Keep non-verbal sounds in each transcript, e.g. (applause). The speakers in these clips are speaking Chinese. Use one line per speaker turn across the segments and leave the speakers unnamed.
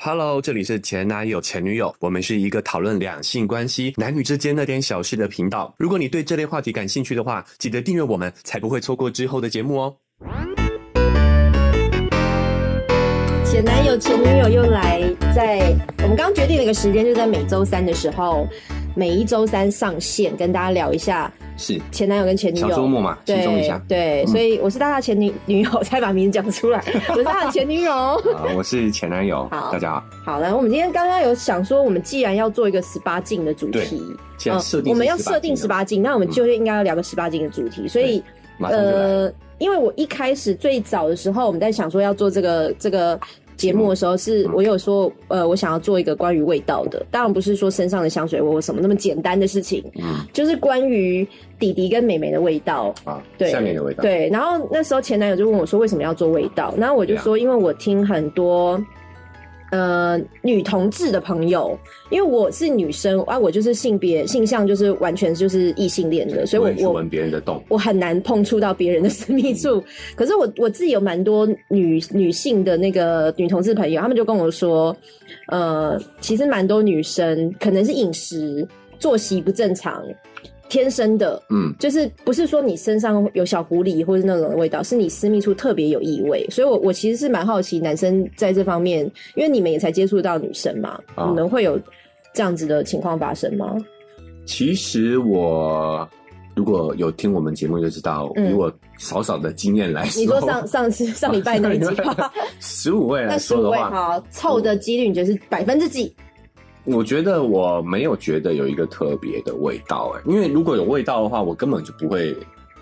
Hello，这里是前男友前女友，我们是一个讨论两性关系、男女之间那点小事的频道。如果你对这类话题感兴趣的话，记得订阅我们，才不会错过之后的节目哦。
前男友、前女友又来在，呃我们刚决定了一个时间，就在每周三的时候，每一周三上线，跟大家聊一下
是
前男友跟前女
小周
友。
末嘛，轻松一
对 (laughs)
下。
对，
嗯
所以我是大家前女女友， (laughs) 才把名字讲出来，我是他的前女
(laughs)
友。
啊、我是前男友，
好嗯
大家好。
好了，我们今天刚刚有想说，我们既然要做一个十八禁的主题，嗯
现在设定、
我们要设定十，八禁，那我们
嗯
就应该要聊个十八禁的主题，所以。
马上就来。
呃，因为我一开始最早的时候，我们在想说要做这个这个节目的时候，是
嗯
我有说，呃，我想要做一个关于味道的，当然不是说身上的香水味或什么那么简单的事情，
嗯
就是关于弟弟跟妹妹的味道。
啊，
对
下面的味道。
对，然后那时候前男友就问我说为什么要做味道，然后我就说因为我听很多。呃，女同志的朋友，因为我是女生啊，我就是性别性向就是完全就是异性恋的，所以
不
我
会去
我
闻别人的洞。
我很难碰触到别人的私密处。可是我我自己有蛮多女女性的那个女同志朋友，她们就跟我说，呃，其实蛮多女生可能是饮食作息不正常，天生的。
嗯，
就是不是说你身上有小狐狸或是那种味道，是你私密处特别有异味，所以我我其实是蛮好奇男生在这方面，因为你们也才接触到女生嘛，
啊
你们会有这样子的情况发生吗？
其实我如果有听我们节目就知道，
嗯
以我少少的经验来说，
你说上上次上礼拜那一集吗？
(laughs) 十五位来
那十
说
五
的
位
话，嗯
好，凑的几率你觉得是百分之几？
我觉得我没有觉得有一个特别的味道、哎，因为如果有味道的话，我根本就不会，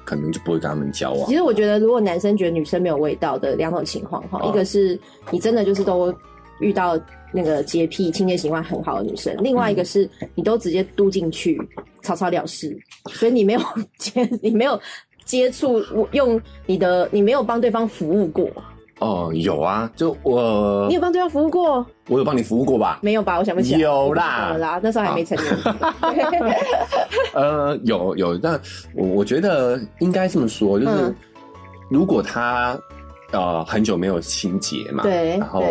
可能就不会跟他们交往
其。实我觉得，如果男生觉得女生没有味道的两种情况哈，
啊
一个是你真的就是都遇到那个洁癖、清洁习惯很好的女生，另外一个是你都直接嘟进去，草草了事，所以你没有 (laughs) 接，你没有接触用你的，你没有帮对方服务过，
哦，有啊，就我
你有帮对方服务过？
我有帮你服务过吧？
没有吧？我想不起来，
有
我
啦
不知道 (laughs) 啦，那时候还没
(laughs)
成年。对
呃，有有，但我我觉得应该这么说，就是、
嗯
如果他呃很久没有清洁嘛，
对
然
对
后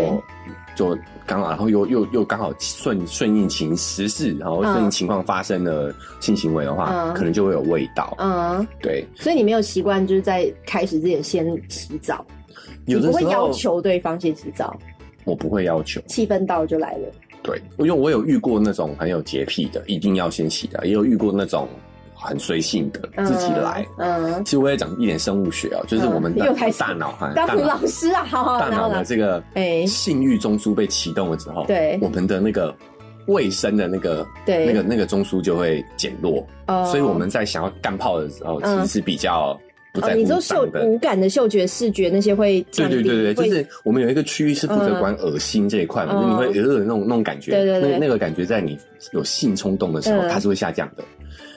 就刚好，然后又又又刚好顺顺应情时事，然后顺应
嗯
情况发生了性行为的话，
嗯
可能就会有味道。
嗯，
对，
所以你没有习惯就是在开始之前先洗澡。
有
你
的
不会
时候
要求对方先洗澡，
我不会要求。
气氛到了就来了。
对，因为我有遇过那种很有洁癖的，一定要先洗的，也有遇过那种很随性的，自己来。
嗯，
其实我也讲一点生物学哦，就是我们的
嗯又开始
大脑哈，
当
大脑
老师啊，好好，
大
然后
脑
呢
的？这个
哎
性欲中枢被启动了之后，
对
我们的那个卫生的那个
对
那个那个中枢就会减弱，
哦
所以我们在想要干炮的时候，其
嗯
实是比较不
哦，
在
你
乎
说嗅
脏的。
无感的嗅觉、视觉那些会
对
降低，
对对对，就
会
是我们有一个区域是负责
嗯
管恶心这一块嘛，
嗯
就你会呃呃那种那种感觉，
对对对
那那个感觉在你有性冲动的时候，
嗯
它是会下降的。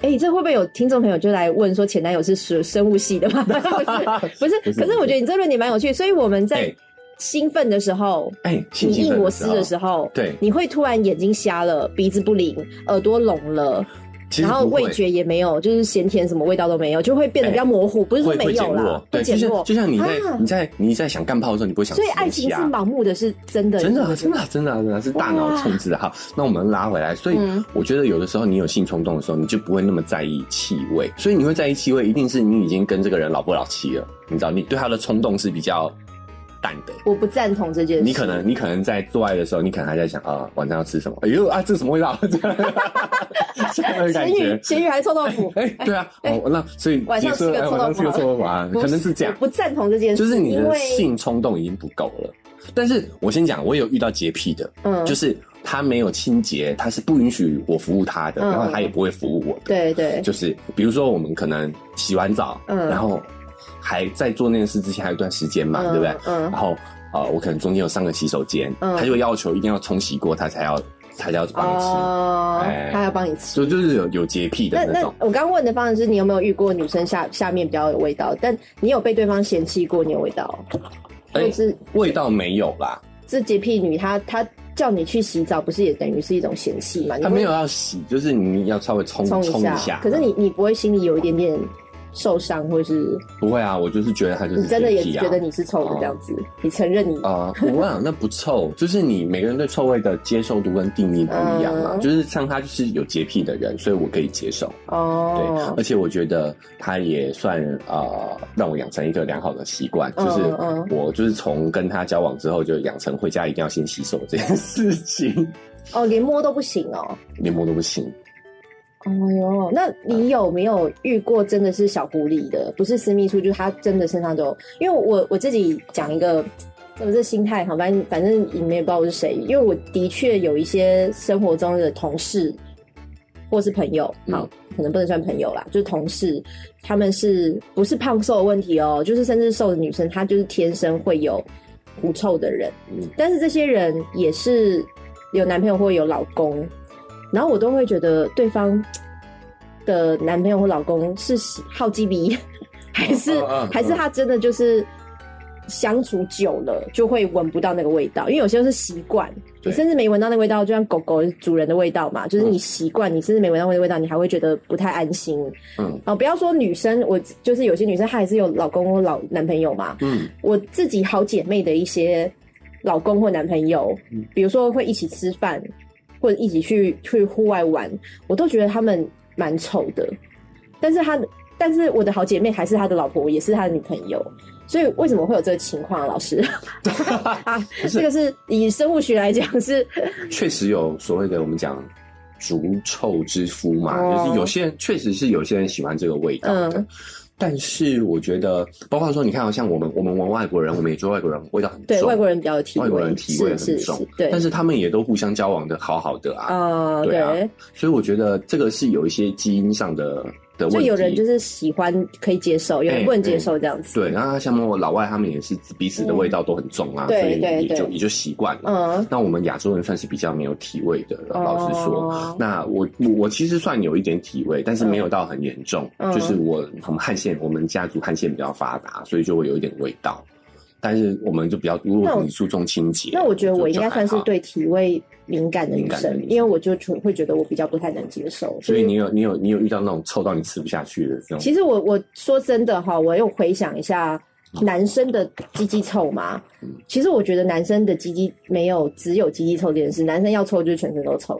哎，这会不会有听众朋友就来问说前男友是生 (laughs) 生物系
(laughs)
的吗？
不
不是，不
是
是。可是我觉得你这论点蛮有趣，所以我们 (laughs) 在
哎
兴奋的时候，
哎，性
你
兴
应
奋
我思的时
候，
候，
对，
你会突然眼睛瞎了，鼻子不灵，耳朵聋了。
其实
然后
不会
味觉也没有，就是咸甜什么味道都没有，就会变得比较模糊，不是说
会
没
会
有
减
啦
弱，，对，就
减弱
像。就像你在
啊
你在你在想干炮的时候，你不会想吃
所以
东西啊，
爱情是盲目的，是真的，
真的
你
啊，
觉
真
得
的啊，真的啊，真的啊是大脑
哇
控制的。好，那我们拉回来，所以
嗯
我觉得有的时候你有性冲动的时候，你就不会那么在意气味，所以你会在意气味，一定是你已经跟这个人老夫老妻了，你知道，你对他的冲动是比较淡的。
我不赞同这件事。
你可能你可能在做爱的时候，你可能还在想啊，晚上要吃什么？哎呦啊，这什么味道？这样这样的感
(laughs) 咸
觉，
鱼，。咸鱼还是臭豆腐
哎，对啊，哦，那所以
晚上
你说
吃个
哎
臭
晚上
豆
吃个
腐
臭豆腐啊，(laughs)
不
可能是这样
我。不赞同这件事，
就是你
因
的
为
性冲动已经不够了。但是我先讲，我有遇到洁癖的，
嗯
就是他没有清洁，他是不允许我服务他的，
嗯
然后他也不会服务我的。
对对，
就是比如说我们可能洗完澡，
嗯
然后还在做那件事之前还有一段时间嘛，
嗯
对不对？
嗯
然后呃，我可能中间有上个洗手间，
嗯
他就要求一定要冲洗过，他才要才要帮你洗。
哦
哎，
他要帮你吃。
就就是有有洁癖的
那
那
那
种，
我刚问的方式是你有没有遇过女生下下面比较有味道，但你有被对方嫌弃过你有味道，
哎
就是
味道没有啦，
这洁癖女她她叫你去洗澡，不是也等于是一种嫌弃吗？你
他
会
没有要洗，就是你要稍微冲
冲
冲
一下，可是你你不会心里有一点点受伤，或是
不会啊，我就是觉得他就是
你真的也
洁癖啊
觉得你是臭的这样子，你承认你
啊、我想那不臭，就是你每个人对臭味的接受度跟定义不一样嘛。
嗯
就是像他就是有洁癖的人，所以我可以接受。对，
哦
而，且我觉得他也算呃，让我养成一个良好的习惯，就是
嗯嗯
我就是从跟他交往之后就养成回家一定要先洗手这件事情， (laughs)
哦，连摸都不行哦。
连摸都不行。
哦哟，那你有没有遇过真的是小狐狸的？不是私密处，就是它真的身上都有。因为我我自己讲一个，我这心态好，反正反正你们也不知道我是谁。因为我的确有一些生活中的同事或是朋友，
嗯
好，可能不能算朋友啦，就是同事，他们是不是胖瘦的问题哦？就是甚至瘦的女生，她就是天生会有狐臭的人。
嗯
但是这些人也是有男朋友或有老公，然后我都会觉得对方的男朋友或老公是喜好鸡鼻， (laughs) 还是、
嗯嗯嗯
还是他真的就是相处久了就会闻不到那个味道，因为有些是习惯，
对
你甚至没闻到那个味道，就像狗狗主人的味道嘛，就是你习惯，你甚至没闻到那个味道，你还会觉得不太安心。
嗯
哦，不要说女生，我就是有些女生她还是有老公或老男朋友嘛，
嗯， (laughs)
我自己好姐妹的一些老公或男朋友，
嗯
比如说会一起吃饭，或者一起去去户外玩，我都觉得他们蛮丑的。但是他，但是我的好姐妹还是他的老婆，也是他的女朋友。所以为什么会有这个情况、啊？老师 (laughs) 啊，
是
这个是以生物学来讲是
确实有所谓的我们讲逐臭之夫嘛，
哦
就是有些人确实是有些人喜欢这个味道的。
嗯
但是我觉得，包括说，你看，好像我们我们玩外国人，我们也觉得外国人味道很重，
对外国人比较有体
外国
味
人，体味
是
很
是
重
是，，对，
但是他们也都互相交往的好好的啊，
啊、
对啊
对，
所以我觉得这个是有一些基因上的的问
就
题。
有人就是喜欢可以接受，有人
哎
不能接
哎
受这样子，
对，然后像我老外他们也是彼此的味道都很重啊，
嗯对
所以
对
也就
对
也就习惯了。
嗯，
那我们亚洲人算是比较没有体味的，老实说。
哦
那我我我其实算有一点体味，但是没有到很严重，
嗯
就是我我们汗腺，我们家族汗腺比较发达，所以就会有一点味道。但是我们就比较，如
那
果
我
你注重清洁，
那我觉得我应该算是
就还好。
对体味敏感的女
敏感的
生
女，生
因为我就觉会觉得我比较不太能接受。
所以
就是
你有你有你有遇到那种臭到你吃不下去的这种，
其实我我说真的哈，我又回想一下男生的鸡鸡臭嘛
嗯，
其实我觉得男生的鸡鸡没有只有鸡鸡臭这件事，男生要臭就是全身都臭，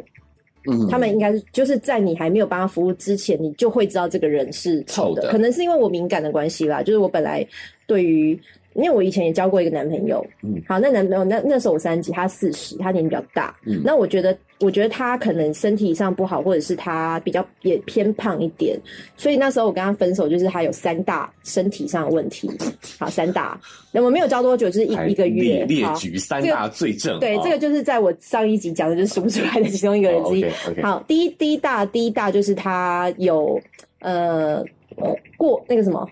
嗯
他们应该是就是在你还没有帮他服务之前，你就会知道这个人是臭
臭
的，
的
可能是因为我敏感的关系啦，就是我本来对于。因为我以前也交过一个男朋友，
嗯
好，那男朋友那那时候我三十几，他四十，他年纪比较大，
嗯
那我觉得，我觉得他可能身体上不好，或者是他比较也偏胖一点，所以那时候我跟他分手，就是他有三大身体上的问题，好，三大，那我没有交多久，就是
还
一一个月
列，列
好，
举三
这个
大罪证，
对，
哦
这个就是在我上一集讲的，就是数不出来的其中一个人之一，
o k o k
好，第一第一大第一大就是他有呃过那个什么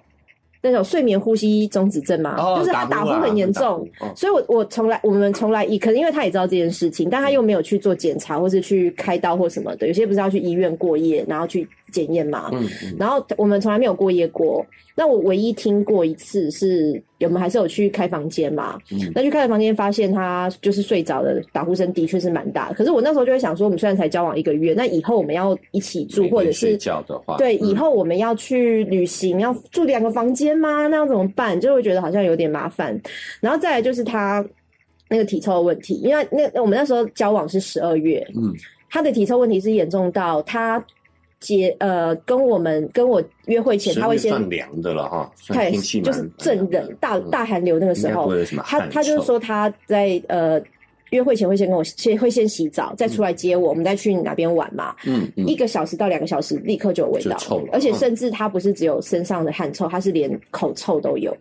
那种睡眠呼吸中止症嘛，就是他哦打呼很严重。，
哦
所以我，我从来我们从来以可能因为他也知道这件事情，但他又没有去做检查或是去开刀或什么的。有些不是要去医院过夜，然后去检验嘛。
嗯嗯
然后我们从来没有过夜过。那我唯一听过一次是，我们还是有去开房间嘛。
嗯
那去开了房间，发现他就是睡着的，打呼声的确是蛮大的。可是我那时候就会想说，我们虽然才交往一个月，那以后我们要一起住，
每
或者
天睡
是
觉的话，
对
嗯
以后我们要去旅行，要住两个房间吗？那要怎么办？就会觉得好像有点麻烦。然后再来就是他那个体臭的问题，因为那那我们那时候交往是十二月，
嗯
他的体臭问题是严重到他结呃跟我们跟我约会前，
十
他会
月
先
算凉的了哈，算
对
天气
就
蛮
是正冷大大寒流那个
嗯应
时
该
候
不，会有什么
他
汗
他就是
臭
说他在呃约会前会先跟我先会先洗澡，再出来接我，我们再去哪边玩嘛。
嗯嗯
一个小时到两个小时，立刻就有味道
就臭了，
而且
嗯
甚至他不是只有身上的汗臭，他是连口臭都有。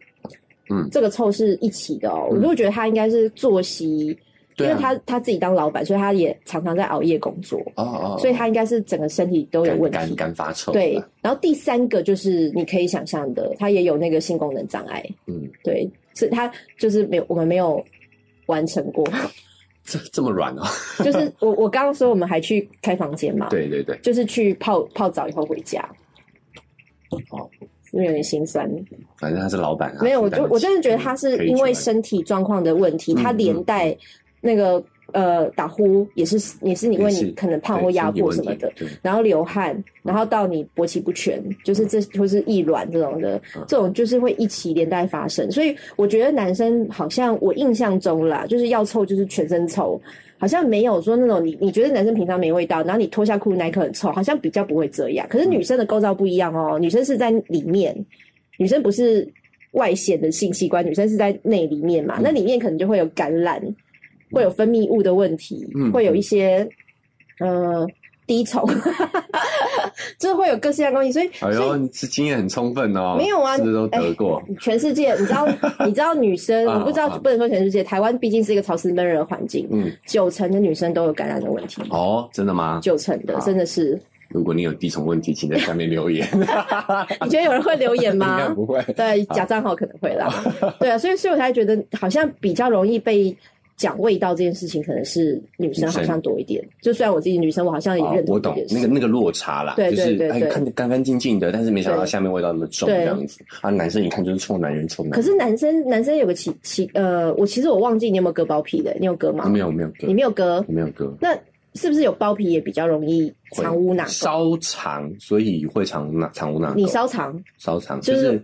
嗯
这个臭是一起的哦。
嗯
我就觉得他应该是作息，因
对啊
为他他自己当老板，所以他也常常在熬夜工作，
哦哦，哦
所以他应该是整个身体都有
干
问
干
题。
干发臭，
对，，然后第三个就是你可以想象的，他也有那个性功能障碍。
嗯，
对，是他就是没有我们没有完成过， (laughs)
这这么软哦，
就是我我刚刚说我们还去开房间嘛，，
对对对，
就是去泡泡澡以后回家，
哦，
是不是有点心酸？
反正他是老板啊，
没有，我
负担
就
得起
我真的觉得他是因为身体状况况的问题，
嗯
他连带那个呃打呼也是也是你
也
为
是
你可能胖或
对
压
身体
迫
问
什么
题
的，
对
然后流汗，然后到你勃起不全，就是这或是易卵这种的
嗯，
这种就是会一起连带发生。所以我觉得男生好像我印象中啦，就是要臭就是全身臭，好像没有说那种你你觉得男生平常没味道，然后你脱下裤那一刻很臭，好像比较不会这样。可是
嗯
女生的构造不一样哦，女生是在里面，女生不是外显的性器官，女生是在内里面
嗯
嘛，那里面可能就会有感染，会有分泌物的问题，
嗯
会有一些呃低潮， (laughs) 就是会有各式各样的东西，所以
哎
所
呦，
以
你是经验很充分哦。
没有啊
是不是都得过？
全世界，你知道
(laughs)
你知道女生，
啊
我不知道
啊
不能说全世界，台湾毕竟是一个潮湿闷热的环境，
嗯，
九成的女生都有感染的问题，
哦，真的吗？
九成的
好
真的是，
如果你有低重问题，请在下面留言。
你觉得有人会留言
啊 (laughs) 应
吗
该？不会。啊
对，假账号可能会啦。对啊，所以所以我才觉得好像比较容易被讲味道这件事情，可能是女生
女生
好像多一点。就虽然我自己女生，我好像也
哦
认
我
同这
懂
件事。
那个那个落差啦，
对
就
对
是
对
哎
对
看着干干净净的，但是没想到
对
下面味道那么重
对
这样子啊。男生一看就是臭男人，臭男人。
可是男生男生有个奇奇呃，我其实我忘记你有没有割包皮的，你有割吗？
没有没有哥
你，没有割，
我没有哥，
那是不是有包皮也比较容易
会
藏污纳垢？
稍长，所以会长那长无那
你
垢
稍长
稍长，
就
就是是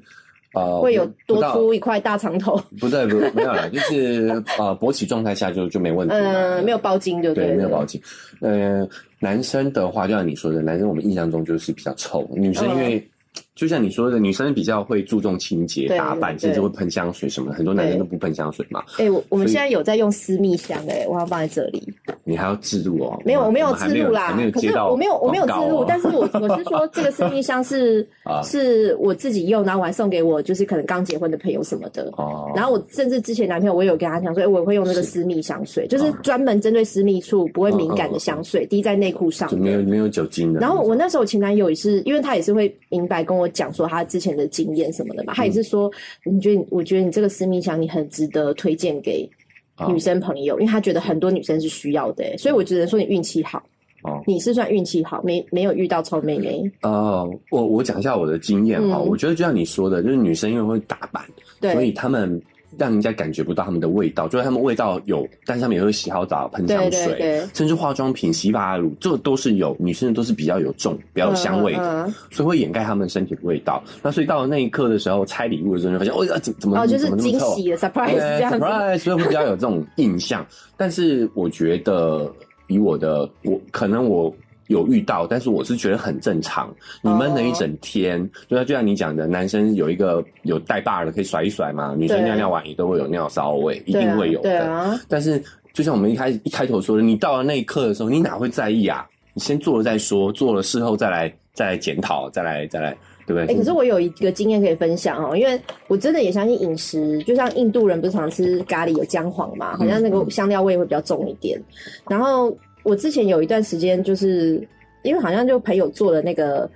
呃
会有
不
多
到
出一块大肠头，
不对不没有啦，就是呃勃起状态下就就没问题啦。
呃，没有包茎就
对，
了
没有保。洁。呃，男生的话，就像你说的，男生我们印象中就是比较臭，女生
嗯
因为、就像你说的，女生比较会注重清洁、
对
打扮，
对
甚至会喷香水什么的。很多男生都不喷香水嘛，
哎、我我们
所以
现在有在用私密香、哎，我要放在这里。
你还要置入哦。
没有，我
们
没有
们还
自录
还
啦
没有。
可
接
是
到
我没有，我没有自
广告哦
录，但是我我
(laughs)
是说，这个私密箱是
啊
是我自己用，然后我还送给我就是可能刚结婚的朋友什么的。
哦，
然后我甚至之前男朋友，我有跟他讲说，哎，我会用那个
是哦
私密香水，就是专门针对私密处不会敏感的香水，滴在内裤上
就
的
没有没有酒精的。
然后我那时候前男友也是，因为他也是会明白跟我讲说他之前的经验什么的嘛，他也是
嗯
说，你觉得你我觉得你这个私密箱你很值得推荐给
啊
女生朋友，因为他觉得很多女生是需要的、欸所以我只能说你运气好，
哦
你是算运气好，没没有遇到臭妹妹，
呃，我我讲一下我的经验哈、
嗯
我觉得就像你说的，就是女生因为会打扮，所
对
以他们让人家感觉不到他们的味道，就是他们味道有，但是他们也会洗好澡、喷香
对
水，
对对，
甚至化妆品、洗发乳，这个都是有女生的都是比较有重、比较有香味的，
嗯嗯嗯
所以会掩盖她们身体的味道。那所以到了那一刻的时候，拆礼物的时候就发现，哦，怎怎么、
哦，就是
怎么那
惊
么臭？啊
喜的 surprise
对
这样子，
，surprise，所以会比较有这种印象。但是我觉得，以我的我可能我。有遇到，但是我是觉得很正常。你闷了
哦
一整天，就像就像你讲的，男生有一个有带把儿的可以甩一甩嘛，女生
对
尿尿完也都会有尿骚味，一
对
定
啊
会有的。
对啊，
但是就像我们一开一开头说的，你到了那一刻的时候，你哪会在意啊？你先做了再说，做了事后再来再来检讨，再来再来，对不
哎、
对？
可是我有一个经验可以分享哦，因为我真的也相信饮食，就像印度人不是常吃咖喱有姜黄嘛，好像那个香料味会比较重一点。然后我之前有一段时间，就是因为好像就朋友做了那个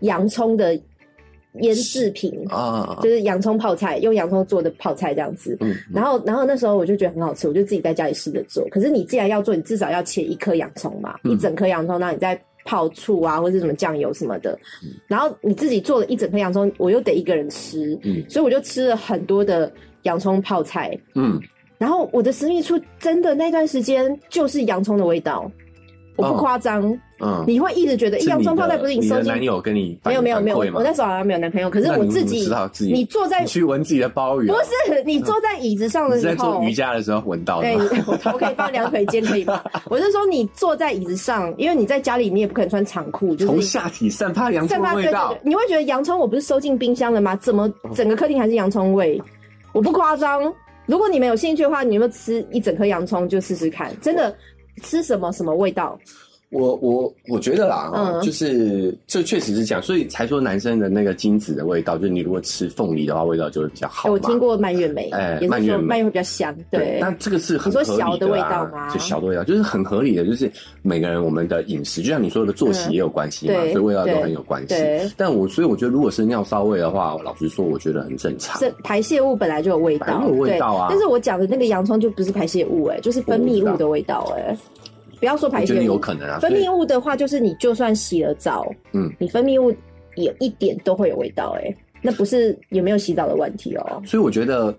洋葱的腌制品，
啊，
就是洋葱泡菜，用洋葱做的泡菜这样子。
嗯，
然后，然后那时候我就觉得很好吃，我就自己在家里试着做。可是你既然要做，你至少要切一颗洋葱嘛，
嗯
一整颗洋葱，然后你再泡醋啊，或者是什么酱油什么的。
嗯
然后你自己做了一整颗洋葱，我又得一个人吃，
嗯
所以我就吃了很多的洋葱泡菜。
嗯，
然后我的私密处真的那段时间就是洋葱的味道，我不
哦
夸张，
嗯，
你会一直觉得哎
是
洋葱
的
泡菜不是
你
收
的
进
男友跟你反
没有没有没有，我
反馈吗
我那时候好像没有男朋友，可是
那
我
你
自
怎么
己
知道自己
你坐在
你去闻自己的鲍鱼啊，
不是你坐在椅子上的
你
时
在
候
做瑜。伽的时候闻到的
对，
吗，
你我头可以放两腿间，
(laughs)
可以吗？我是说，你坐在椅子上，因为你在家里，你也不可能穿长裤，就
从
是
下体散发洋葱
散发
的
对
味
对
道
对，，你会觉得洋葱我不是收进冰箱了吗？怎么整个客厅还是洋葱味？我不夸张，如果你们有兴趣的话，你们吃一整颗洋葱就试试看，真的吃什么什么味道？
我我我觉得啦，哦
嗯
就是这确实是这样，所以才说男生的那个精子的味道，就是你如果吃凤梨的话，味道就会比较好嘛。
哎我听过蔓越莓，
哎
也
蔓
是
越
说
莓
蔓越莓比较香，对，
那这个是很
你说
合理
小的
的
味
啊
道吗
就小的味道，就是很合理的，就是每个人我们的饮食，就像你说的作息
嗯
也有关系嘛，
对
所以味道都
对
很有关系。
对。
但我所以我觉得，如果是尿骚味的话，老实说，我觉得很正常。
这排泄物本来就有味
本
道，
来就有味道啊
对但是我讲的那个洋葱就不是排泄物、哎，就是分泌物的味道、哎，不要说
我
排
觉得
泄
有
物，
可能啊，
分
所以
泌物的话，就是你就算洗了澡，
嗯，
你分泌物欸也一点都会有味道、哎，那不是有没有洗澡的问题哦、
所以我觉得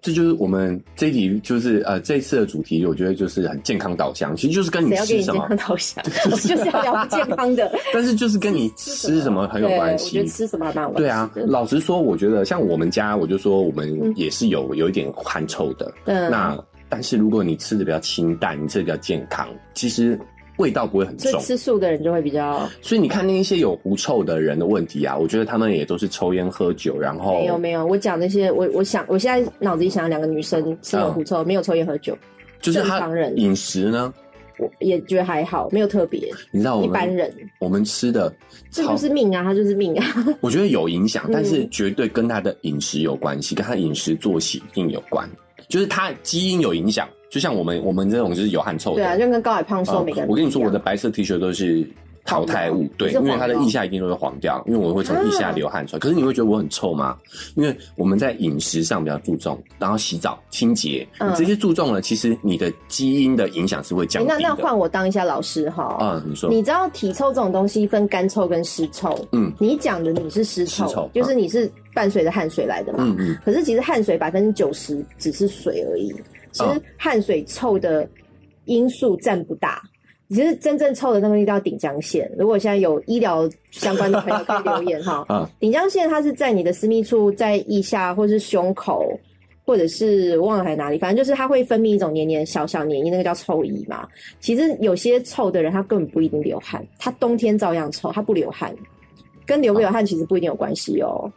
这就是我们这一题，就是呃，这一次的主题，我觉得就是很健康导向，其实就是跟你
谁要给
吃
你
什
健
么，
康
(laughs)
导向？我就是要聊健康的，
但是就是跟你
(laughs) 吃
吃什么很有
对
关
我觉
系
得。吃什么还蛮有关系
对啊，
的
老实说，我觉得像我们家，我就说我们
嗯
也是有有一点汗臭的。
嗯，
那但是如果你吃的比较清淡，你吃的比较健康，其实味道不会很
所以
重。
吃素的人就会比较
所以你看那一些有狐臭的人的问题啊，我觉得他们也都是抽烟喝酒，然后
没有没有，我讲那些，我我想我现在脑子里想两个女生吃了狐臭，没有抽烟喝酒，
就是
正
他
常人
饮食呢，
我也觉得还好，没有特别，
你知道哦我
一
们
般人
我们吃的
这
超
就是命啊，他就是命啊，
我觉得有影响，
嗯
但是绝对跟他的饮食有关系，跟他饮食作息一定有关，就是他基因有影响。就像我们我们这种就是有汗臭的，
对啊，就跟高矮胖
呃
瘦每个人不
我
一
跟你
样、
说，我的白色 T 恤都是淘汰物
黄，
对，
你是
因
黄哦啊
为它的腋下一定都会黄掉，因为我会从腋下流汗出来。可是你会觉得我很臭吗？因为我们在饮食上比较注重，然后洗澡清洁，你
嗯
这些注重了，其实你的基因的影响是会降
诶
低的
那。那换我当一下老师哈，
啊，你说
你知道体臭这种东西分干臭跟湿臭，
嗯
你讲的你是湿臭，
湿臭
就是你是伴随着汗水来的嘛，
嗯嗯，
可是其实汗水百分之九十只是水而已，其实
嗯，
汗水臭的因素占不大。其实真正臭的东西叫顶浆腺。如果现在有医疗相关的朋友可以留言哈
嗯
顶浆腺它是在你的私密处，在腋下或是胸口，或者是忘了还哪里，反正就是它会分泌一种黏黏小小黏液，那个叫臭液嘛。其实有些臭的人他根本不一定流汗，他冬天照样臭，他不流汗，跟流不流汗其实不一定有关系哦。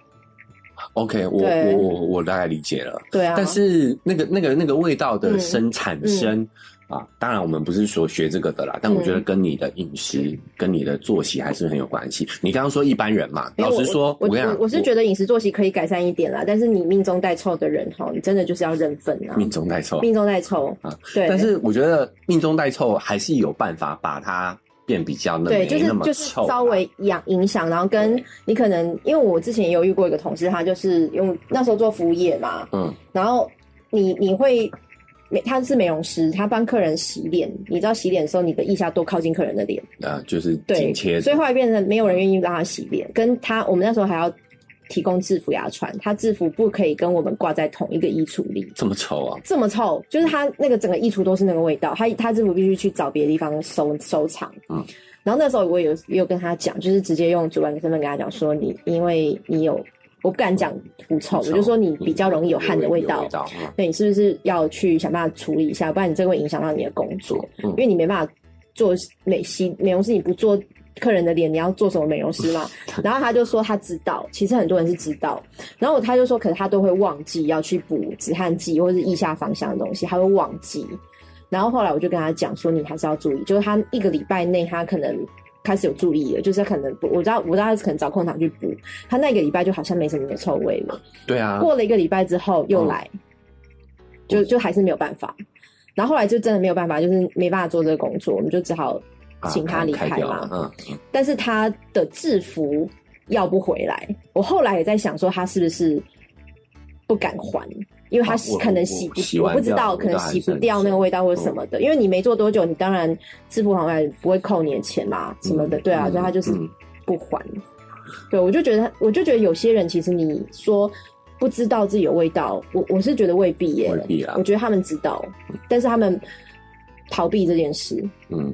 ，OK，我
对
我我我大概理解了。
对啊，
但是那个那个那个味道的
嗯
生产生、啊，当然我们不是说学这个的啦，但我觉得跟你的饮食、
嗯
跟你的作息还是很有关系。你刚刚说一般人嘛，
没有
老实说，
我
跟你
我
讲，
我是觉得饮食作息可以改善一点啦，但是你命中带臭的人哈，你真的就是要认份啊
我，命中带臭，
命中带臭
啊，
对，
但是我觉得命中带臭还是有办法把它变比较那
对，
没
就是
那么
就是
臭啊、
稍微养影响，然后跟你可能，因为我之前有遇过一个同事，他就是用那时候做服务业嘛，
嗯
然后你你会美他是美容师，他帮客人洗脸，你知道洗脸的时候，你的腋下多靠近客人的脸，
呃，就是
对
紧，贴着
所以后来变成没有人愿意让他洗脸，跟他我们那时候还要提供制服给他穿，他制服不可以跟我们挂在同一个衣橱里。
这么臭啊，
这么臭，就是他那个整个衣橱都是那个味道，他他制服必须去找别的地方收收藏。
嗯
然后那时候我有也有跟他讲，就是直接用主管的身份跟他讲说，你因为你有，我不敢讲狐臭，我就说你比较容易有汗的味
嗯有
道
味，道嗯
对你是不是要去想办法处理一下，不然你这个会影响到你的工作，
嗯
因为你没办法做美西美容师，你不做客人的脸，你要做什么美容师嘛？然后他就说他知道，其实很多人是知道，然后他就说，可是他都会忘记要去补止汗剂或是腋下芳香的东西，他会忘记。然后后来我就跟他讲说，你还是要注意，就是他一个礼拜内他可能。开始有注意了，就是他可能不我知道，我知道他可能找空档去补，他那个礼拜就好像没什么臭味了。
对啊，嗯
过了一个礼拜之后又来，就就还是没有办法。然后后来就真的没有办法，就是没办法做这个工作，我们就只好
啊
请他
开
离
开
开
掉
嘛。
了嗯。
但是他的制服要不回来，我后来也在想说他是不是不敢还，因为他
啊我
可能洗不，
我洗
我
完
不知
掉
道，
我
可能
都还
洗
是嗯
不
很
掉那个
香
味道或者什么的。因为你没做多久，你当然制服行业不会扣你的钱嘛，什么的，
嗯
对啊，
嗯
所以他就是
嗯
不还。对，我就觉得，我就觉得有些人其实你说不知道自己有味道，我我是觉得未必耶、
未必啊啦
我觉得他们知道，但是他们逃避这件事。
嗯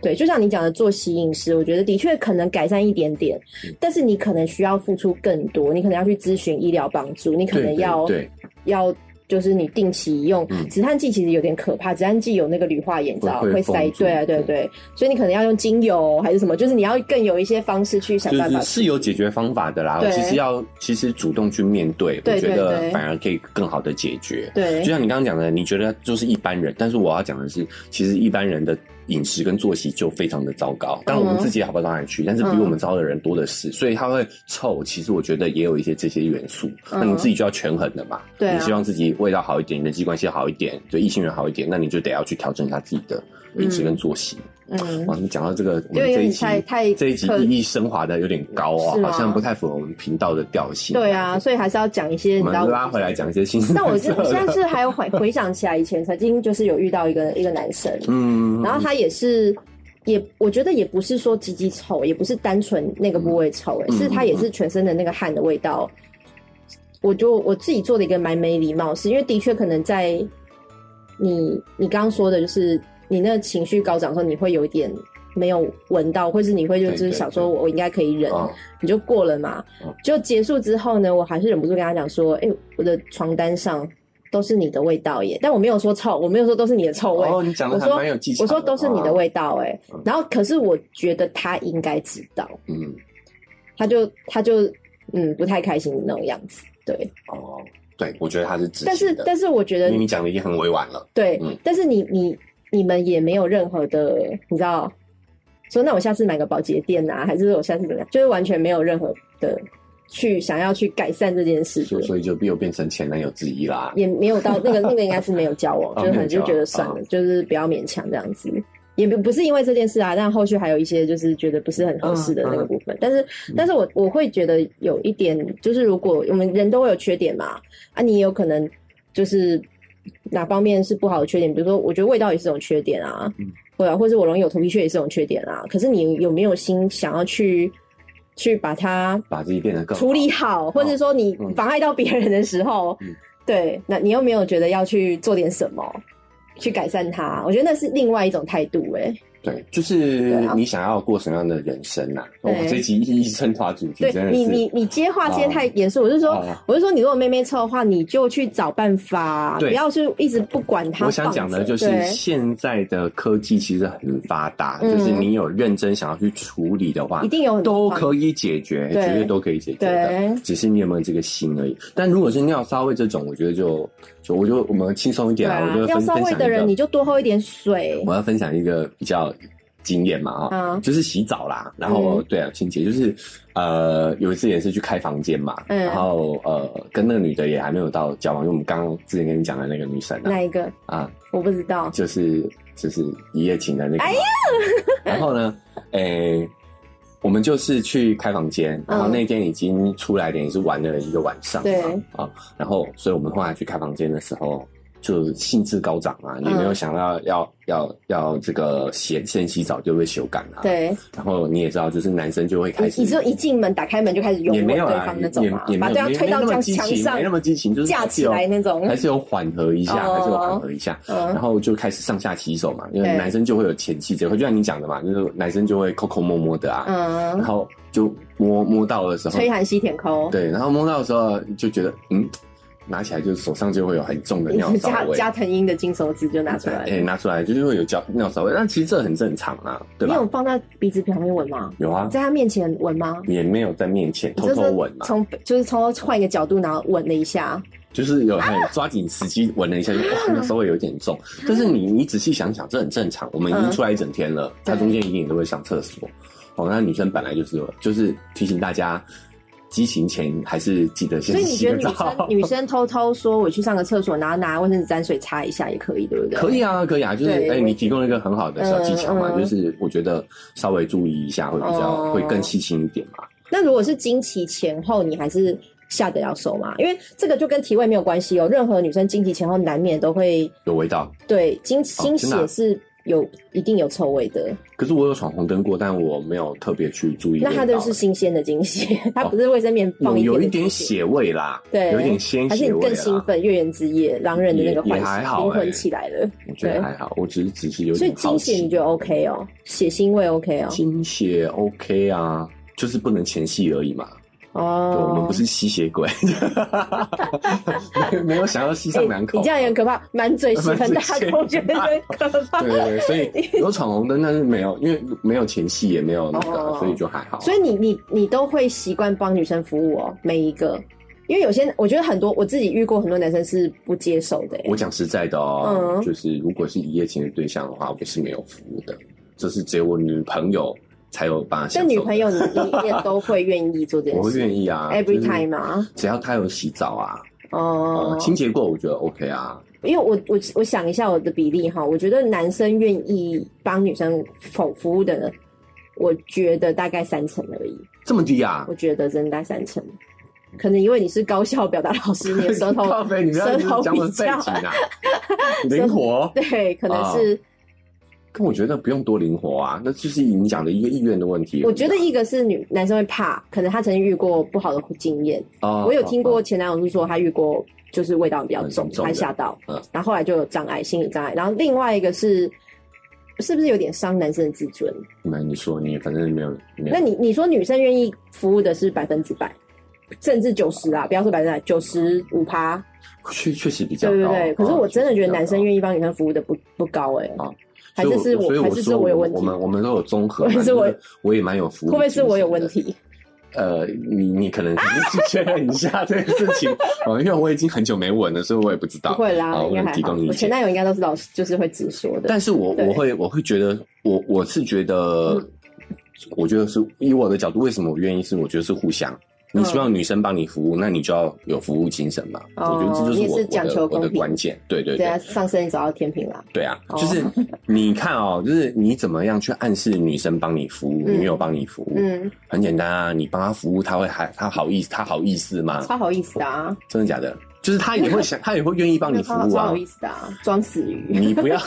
对，就像你讲的作息饮食，我觉得的确可能改善一点点，
嗯
但是你可能需要付出更多，你可能要去咨询医疗帮助，你可能
对对
要
对
要就是你定期用
嗯
止汗剂，其实有点可怕，止汗剂有那个氯化盐，你知道
会
会
封
塞，
住
对啊，对
对
对，所以你可能要用精油还是什么，就是你要更有一些方式去想
就
办法
是是有解决方法的啦
对。
其实要其实主动去面对，
对
我觉
对
得
对
反而可以更好的解决。
对
就像你刚刚讲的，你觉得就是一般人，但是我要讲的是，其实一般人的饮食跟作息就非常的糟糕。当然
嗯
我们自己也好不到哪里去，但是比我们糟的人多的是，所以他会臭。其实我觉得也有一些这些元素，
嗯
那你自己就要权衡的嘛。
对啊
你希望自己味道好一点，人际关系好一点，对异性缘好一点，那你就得要去调整一下自己的饮食跟作息。
嗯，
哇，你讲到这个，我
因
们
为有
这一
点
集
太太
这一集
刻
意义升华的有点高啊
是，吗
好像不太符合我们频道的调性。
对啊，，所以还是要讲一些你
我们
知道
拉回来讲一些新。
但
(laughs)
我就我现在是还有回回想起来，以前曾经就是有遇到一个一个男生，
嗯，
然后他也是，也我觉得也不是说鸡鸡臭，也不是单纯那个部位臭、欸，
嗯
是他也是全身的那个汗的味道，我就我自己做的一个蛮没礼貌的事，因为的确可能在你你刚刚说的，就是你那个情绪高涨的时候，你会有一点没有闻到，或是你会就
对
是
对
想说
对
我应该可以忍，
哦
你就过了嘛
嗯。
就结束之后呢，我还是忍不住跟他讲说，哎、我的床单上都是你的味道耶，但我没有说臭，我没有说都是你的臭味，
哦，你讲的
我
还
说
蛮有技巧
我
的。
说都是你的
哦，
味道哎、
嗯
然后可是我觉得他应该知道，
嗯，
他就他就嗯不太开心的那种样子，对。
哦，对，我觉得他是执
但是
行的，
但是我觉得
因为你讲的已经很委婉了，
对，
嗯
但是你你你们也没有任何的，你知道，说那我下次买个保洁垫啊，还是我下次怎么样，就是完全没有任何的去想要去改善这件事
所
情，
所以就又变成前男友之一啦。
也没有到
(laughs)
那个那个应该是没有交往，
哦
就是
没
可能
有
就
交
觉得
往
算了，
哦
就是不要勉强这样子。也不不是因为这件事啊，但后续还有一些就是觉得不是很合适的那
嗯
个部分。但是，但是我我会觉得有一点，就是如果我们人都会有缺点嘛，啊，你也有可能就是哪方面是不好的缺点，比如说，我觉得味道也是种缺点啊，
嗯
对啊，或者我容易有头皮屑也是种缺点啊。可是你有没有心想要去去把它
把自己变得更好
处理好，或者说你
嗯
妨碍到别人的时候，
嗯
对，那你又没有觉得要去做点什么去改善它？我觉得那是另外一种态度、欸，
对，就是
对啊
你想要过什么样的人生呐、我
对
哇，这集一升华主题
对
真的
你
是
你你接话接
啊
太严肃，我是说。
啊
我是说，你如果妹妹臭的话，你就去找办法，不
对
要是一直不管她。
我想讲的就是
对
现在的科技其实很发达，
嗯
就是你有认真想要去处理的话
一，定有很
啊都
多
可以解决，
对
绝对都可以解决
对
的，只是你有没有这个心而已。但如果是尿骚味这种，我觉得就就我就我们轻松一
对
点
啊
我就，
要
分
稍
分
微
享
的人，
一
你
个，
就多喝一点水。
我要分享一个比较经验嘛啊、
嗯
就是洗澡啦，然后、对啊，清洁就是呃有一次也是去开房间嘛，
嗯
然后呃跟那个女的也还没有到交往，因为我们刚刚之前跟你讲的那个女生啊
哪一个？
啊，
我不知道。
就是就是一夜情的那个。
哎呀
(laughs) 然后呢，诶、我们就是去开房间，然后
嗯
那天已经出来点，也是玩了一个晚上嘛，
对
啊、然后所以我们后来去开房间的时候。就兴致高涨啊，也没
嗯
有想到要、要要这个先先洗澡就会羞感啊。，
对，
然后你也知道，就是男生就会开
你
始，
你说一进门打开门就开始拥
也
吻
没
对
有啊，
方
也
那种嘛
也，没
把
有
对方
没
推到
没那么
墙
激
墙
情，
上
没那，么激情，就是
架
还是
起
有
来那种。
还是有缓和一下，
哦
还是有缓和一下。然
嗯，
后就开始上下其手嘛，因为
对
男生就会有前期这块，就像你讲的嘛，就是男生就会抠抠摸摸的啊，然
嗯，
后就摸摸到的时候，
吹寒吸舔抠，
对，然后摸到的时候就觉得嗯，拿起来就手上就会有很重的
你
尿
是
骚
加
味，
加藤鹰的金手指就拿出
对
来
哎，
了。
拿出来就是会有尿尿骚味，但其实这很正常啊，对
你
吧
有？放在鼻子旁边闻吗？
有啊，
在他面前闻吗？
也没有在面前
你
偷啊偷闻
就是
嘛，
从就是从换一个角度，然后闻了一下。
就是有很抓紧时机闻了一下，就哇，那稍微有点
(laughs)
重。但是你你仔细想想，这很正常。我们已经出来一整天
(laughs)
了，他中间一定也都会上厕所。哦，那女生本来就是就是提醒大家，激情前还是记得
所
先
以你
洗
觉得
个
女
(laughs)
生
澡。
女生偷偷说我去上个厕所，然后拿卫生纸沾水擦一下也可以，对不对？
可以。啊，可以啊，就是
对
哎、你提供了一个很好的小技巧嘛，
嗯嗯
就是我觉得稍微注意一下会比较、
哦
会更细心一点嘛。
那如果是经期前后，你还是下得了手吗？因为这个就跟体味没有关系哦。任何女生经期前后难免都会
有味道，
对经经
真的啊
血是有、一定有臭味的，
可是我有闯红灯过，但我没有特别去注意味道。
那它就是新鲜的经血， (laughs) 它不是卫生棉
有
放
有
一
一
点
点
的经血
血味啦，
对
有一点鲜
还是
血
你
味
更
啦。
兴奋，月圆之夜，狼人的那个
也
幻
也还
想
好
灵魂
欸
起来了，
我觉得还好，我只是只是有
所以
点好
经血
奇。
你觉得 OK 哦，血腥味 OK 哦，
精血 OK 啊，就是不能前戏而已嘛。对，我们
哦
不，是吸血鬼， (laughs) 没 (laughs) 有没有想要吸上两口。
哎你这样也很可怕，满嘴血盆大
(laughs) 满嘴血
口，我觉得很可怕
对。对对，所以有闯红灯，但是没有，因为没有前戏，也没有那个，
哦
所以就还好。
所以你你你都会习惯帮女生服务哦，每一个，因为有些我觉得很多我自己遇过很多男生是不接受的欸，
我讲实在的哦，
嗯
就是如果是一夜情的对象的话，我是没有服务的，这是只有我女朋友才有办法享
但
受的。
女朋友你你也都会愿意做这
我
件
会
事
愿意啊
，every
就是
time 啊，
只要她有洗澡啊，
哦
呃，，清洁过，我觉得 OK 啊。
因为我我我想一下我的比例哈，我觉得男生愿意帮女生服服务的呢，我觉得大概三成而已，
这么低啊
我？觉得真的大概三成，可能因为你是高效表达老师，
(laughs)
你的舌头
靠背，你不要一直
(laughs) 舌头
讲我的
比
背
较
景啊，灵活。
对，可能是、
但我觉得不用多灵活啊，那就是你讲的一个意愿的问题。
我觉得一个是女男生会怕，可能他曾经遇过不好的经验。
哦
我有听
哦
过前男友是说他遇过就是味道比较重
很，重的
他吓到
嗯，
然后后来就有障碍，心理障碍。然后另外一个是。是不是有点伤男生的自尊？
那啊你说你反正没有没有
那你你说女生愿意服务的是百分之百，甚至九十啊，不要说百分之百，九十五趴，
确确实比较
对
高，啊哦
对对。可是我真的觉得男生
意，
愿意帮女生服务的不不高哎、
啊
还是是
所以
还
我
是是
说
我有问
我
题？
们我们都有综合嘛，
(laughs) 还是我
就是我也蛮有服务，
会不会是我有问？题？
呃，你你可能 (laughs) 可能去确认一下这个事情，哦，因为我已经很久没闻了，所以我也不知
不
道。
会啦，
好
应
我
该
们
还
提
好。
供意
我前
见。
男友应该都是老师，就是会直说的。
但是我
对嗯
我会我会觉得，我我是觉得，我觉得是以我的角度，为什么我愿意是？我觉得是互相。你
嗯
希望女生帮你服务，那你就要有服务精神嘛。
哦
我觉得这就是
你也
我
是
我
讲
的
求
我
公
的
平
关键。对对
对啊，上升你找到天平啦。
对啊，
哦
(laughs) 就是你看哦，就是你怎么样去暗示女生帮你服务，
嗯
女友帮你服务，
嗯，
很简单啊，你帮她服务，她会还她好意她好意思吗？
超好意思的啊，
真的假的？就是她也会想，她也会愿意帮你服
超
务
超
啊嗯
好。意思的啊，装死鱼
你不要，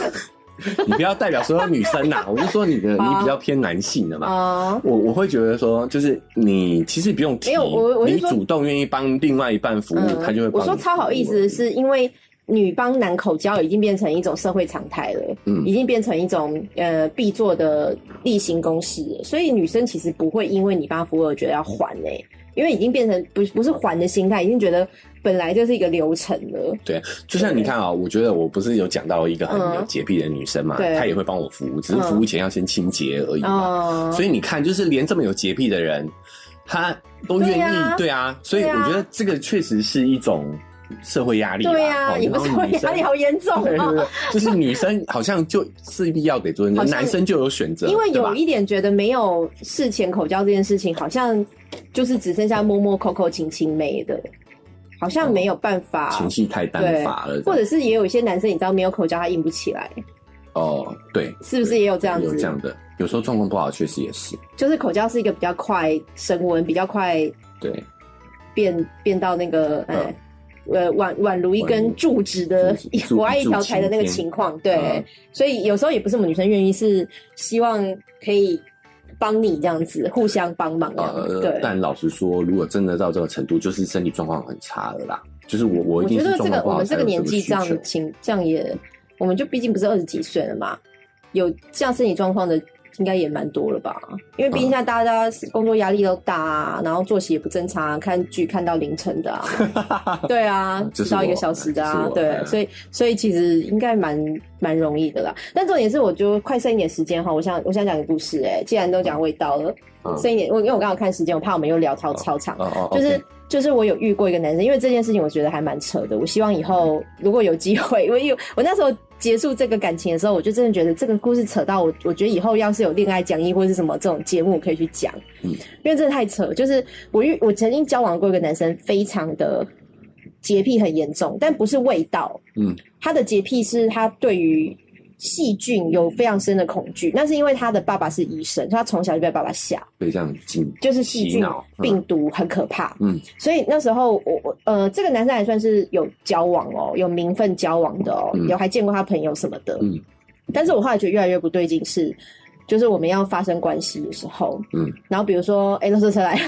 你不要代表所有女生呐、
(laughs)
我就说你的
好
你比较偏男性的嘛。
啊。
我我会觉得说，就是你其实不用提，
没有我我是
你
说
主动愿意帮另外一半服务，
嗯，
他就会帮你服务。
我说超好意思，是因为女帮男口交已经变成一种社会常态了，
嗯
已经变成一种呃必做的例行公事了，所以女生其实不会因为你帮她服务而觉得要还嘞、因为已经变成不不是还的心态，已经觉得本来就是一个流程了。
就像你看啊、我觉得我不是有讲到一个很
嗯
有洁癖的女生嘛，
对
她也会帮我服务，只是
嗯
服务前要先清洁而已嘛。
哦，
所以你看，就是连这么有洁癖的人，她都愿意，
对啊
对啊。所以
对啊
我觉得这个确实是一种社会压力啦。
对呀、
哦
也不是会压力好严重
对对
啊。
对，就是女生好像就势必要得做，
好像
男生就有选择，
因为
对
有
吧
一点觉得没有事前口交这件事情，好像就是只剩下摸摸、扣扣、亲亲妹的，好像没有办法。
情绪太单乏了，
或者是也有一些男生，你知道没有口交他硬不起来，
哦，对，
是不是也有这样
有
子？
这样的，有时候状况不好，确实也是，
就是口交是一个比较快升温，比较快
对，
变变到那个
嗯
呃。呃，宛宛如一根柱子的
柱
(laughs)
子
我爱一条柴的那个情况，对，
嗯
所以有时候也不是我们女生愿意，是希望可以帮你这样子，互相帮忙这样子，
呃
对，。
但老实说，如果真的到这个程度，就是身体状况很差了啦。就是我，我
我
一定
觉
是
得
状
这
况
个
不
我
好
们这
才
个
有
年纪这
需求
样，情这样也，我们就毕竟不是二十几岁了嘛，有这样身体状况的应该也蛮多了吧？因为毕竟
嗯
现在大家工作压力都大、啊，然后作息也不正常、啊，看剧看到凌晨的、啊，
(laughs)
对啊，
嗯这是
迟到一个
我
小时的
这是
啊
我，
对，
嗯
所以所以其实应该蛮蛮容易的啦。但重点是，我就快剩一点时间哈，我想我想讲个故事哎、既然都讲味道了，
嗯
剩一点，我因为我刚好看时间，我怕我们又聊超超长。
哦哦，
就是
OK
就是我有遇过一个男生，因为这件事情我觉得还蛮扯的。我希望以后如果有机会，因为有我那时候结束这个感情的时候，我就真的觉得这个故事扯到我，我觉得以后要是有恋爱讲义或是什么这种节目，我可以去讲，
嗯
因为真的太扯了。就是我遇我曾经交往过一个男生，非常的洁癖很严重，但不是味道，
嗯，
他的洁癖是他对于。细菌有非常深的恐惧，那是因为他的爸爸是医生，所以他从小就被爸爸吓，
被这样进
就是细
洗
菌
脑、嗯
病毒很可怕。
嗯，
所以那时候我我呃，这个男生还算是有交往哦，有名分交往的哦，
嗯
有还见过他朋友什么的。
嗯，
但是我后来觉得越来越不对劲是。就是我们要发生关系的时候，
嗯，
然后比如说，哎、欸，车车来 (laughs) 了，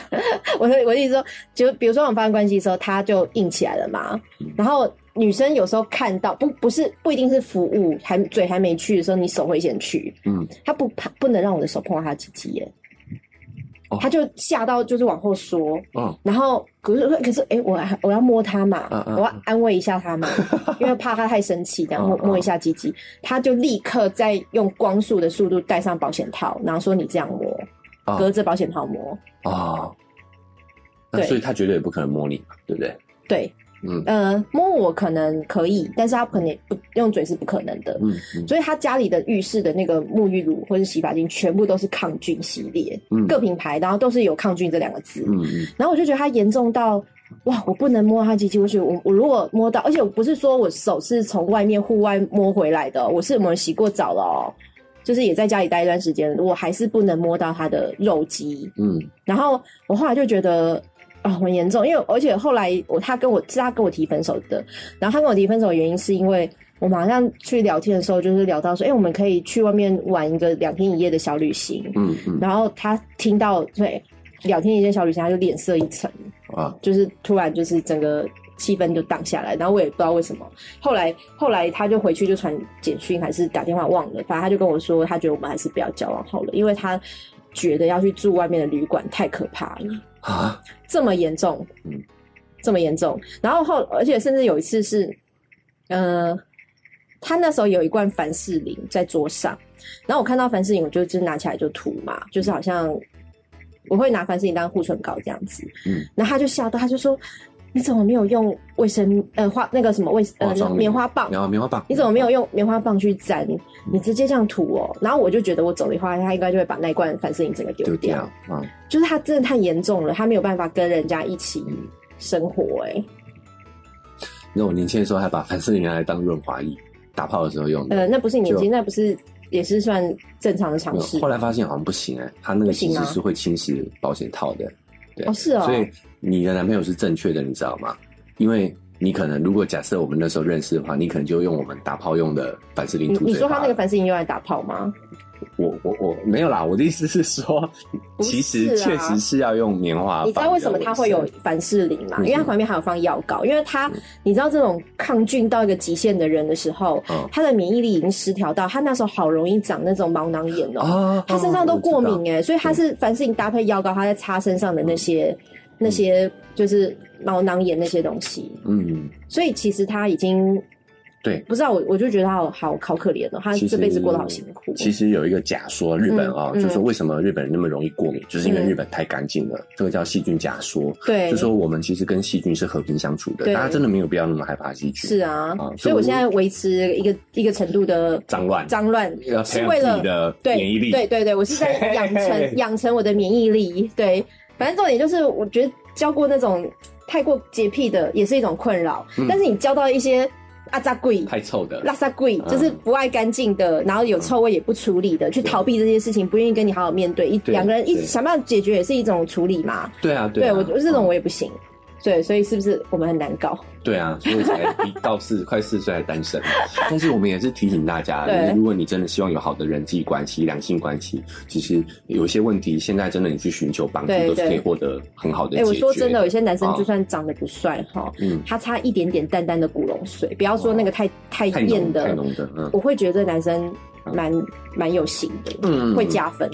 我的我的意思说，就比如说我们发生关系的时候，他就硬起来了嘛。
嗯
然后女生有时候看到不不是不一定是服务，还嘴还没去的时候，你手会先去，
嗯，
他不怕不能让我的手碰到他的鸡鸡耶，
哦
他就吓到就是往后缩，
哦，
然后可是可是哎、诶我还我要摸他嘛，
嗯嗯
我要安慰一下
(laughs)
他嘛，因为怕他太生气，这样摸
嗯嗯
摸一下鸡鸡，他就立刻再用光速的速度戴上保险套，然后说你这样摸，
哦
隔着保险套摸，
哦，那
对
所以他绝对也不可能摸你嘛，对不对？
对，
嗯
呃，摸我可能可以，但是他可能不用嘴是不可能的，
嗯嗯
所以他家里的浴室的那个沐浴乳或是洗发精全部都是抗菌系列，
嗯
各品牌，然后都是有抗菌这两个字。
嗯嗯，
然后我就觉得他严重到，哇，我不能摸他鸡鸡，我觉得我我如果摸到，而且我不是说我手是从外面户外摸回来的哦，我是我们洗过澡了哦，就是也在家里待一段时间，我还是不能摸到他的肉鸡。
嗯
然后我后来就觉得啊、很严重，因为而且后来我他跟我是他跟我提分手的，然后他跟我提分手的原因是因为。我马上去聊天的时候，就是聊到说，哎、我们可以去外面玩一个两天一夜的小旅行。
嗯嗯
然后他听到对两天一夜小旅行，他就脸色一沉，
啊，
就是突然就是整个气氛就荡下来，然后我也不知道为什么。后来后来他就回去就传简讯还是打电话忘了，反正他就跟我说，他觉得我们还是不要交往好了，因为他觉得要去住外面的旅馆太可怕了。
啊，
这么严重，
嗯
这么严重。然后后，而且甚至有一次是，呃，他那时候有一罐凡士林在桌上，然后我看到凡士林，我就就拿起来就涂嘛，就是好像我会拿凡士林当护唇膏这样子。
嗯，
然后他就吓到，他就说：“你怎么没有用卫生呃花那个什么卫呃
化妆
棉花棒？”
然后棉花棒，
你怎么没有用棉花棒去粘？你直接这样涂哦。然后我就觉得我走的话，他应该就会把那一罐凡士林整个丢
丢
掉
掉。啊？
就是他真的太严重了，他没有办法跟人家一起
嗯
生活、欸。
那我年轻的时候还把凡士林拿来当润滑液，打泡的时候用的。
呃，那不是年
就
纪，那不是也是算正常的
没
尝
有
试。
后来发现好像不行哎、它那个
不行啊
其实
吗
是会侵蚀保险套的，对，
哦，是哦，
所以你的男朋友是正确的，你知道吗？因为你可能如果假设我们那时候认识的话，你可能就用我们打泡用的凡士林
你
涂
你
嘴
说他
巴
那个。凡士林用来打炮吗？
我我我没有啦，我的意思是说，
不是啊
其实确实是要用棉花棒。
你知道为什么他会有？凡士林吗？
啊嗯
因为他旁边还有放药膏，因为他你知道这种抗菌到一个极限的人的时候
嗯，
他的免疫力已经失调到，他那时候好容易长那种毛囊炎哦。
啊，
他身上都过
我知道嗯
敏哎、所以他是凡士林搭配药膏，他在擦身上的那些、那些就是毛囊炎那些东西。
嗯，
所以其实他已经
对。
不知道我，我就觉得他好好好可怜哦，他
其实
这辈子过得好辛苦。
其实有一个假说，日本啊、
嗯嗯
就是说为什么日本人那么容易过敏，就是因为
嗯
日本太干净了，这个叫细菌假说。
对，
就说我们其实跟细菌是和平相处的，
对
大家真的没有必要那么害怕细菌。
是啊，
啊
所以我现在维持一个一个程度的
脏乱
脏乱，
要培
是
养
为
自
了
己的
对
免疫力。
对对对，我
(laughs)
是在养
嘿
成养成我的免疫力。对，反正重点就是，我觉得交过那种太过洁癖的也是一种困扰，
嗯
但是你交到一些阿扎贵。
太嗯臭的，
拉萨贵就是不爱干净的，然后有臭味也不处理的，去逃避这些事情，不愿意跟你好好面对，一
对
两个人一起
对
想办法解决也是一种处理嘛。
对啊，
对,、
啊，
我觉得这种
嗯
我也不行，对，所以是不是我们很难搞？
对啊，所以才一到四快四岁还单身。但是我们也是提醒大家，
对
就是如果你真的希望有好的人际关系、良性关系，其实有些问题现在真的你去寻求帮助，
对
都是可以
对
获得很好的
哎、
解决。
我说真的，有些男生
啊
就算长得不帅哈、
嗯，哦
他擦一点点淡淡的古龙水，不要说那个太太
太
艳
浓
的，
太浓的，嗯
我会觉得这男生蛮蛮有型的，
嗯
会加分。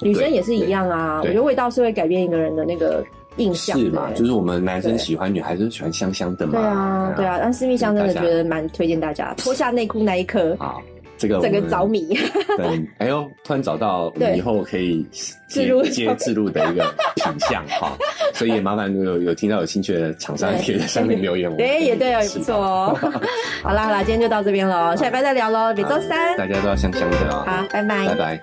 女生
对
也是一样啊，我
对
觉得味道是会改变一个人的那个印象
是
的
嘛？就是我们男生
对
喜欢女孩子喜欢香香的嘛，哎嗯
对啊，对啊，但私密香真的觉得蛮推荐大家，脱下内裤那一刻，
好，这个我
整个
们
着迷。 (laughs)
等，哎呦，突然找到我们
对
以后可以接
置入
接置入的一
(laughs)
个品相哈，所以也麻烦有有听到有兴趣的厂商
对
可以在上面留言，我们
对，也对哦，也
知
不
道
错。
(laughs)
哦。 (laughs) 好啦好啦，今天就到这边喽，下礼拜再聊喽，每周三。
大家都要香香的
好
哦，，
拜拜
拜。拜。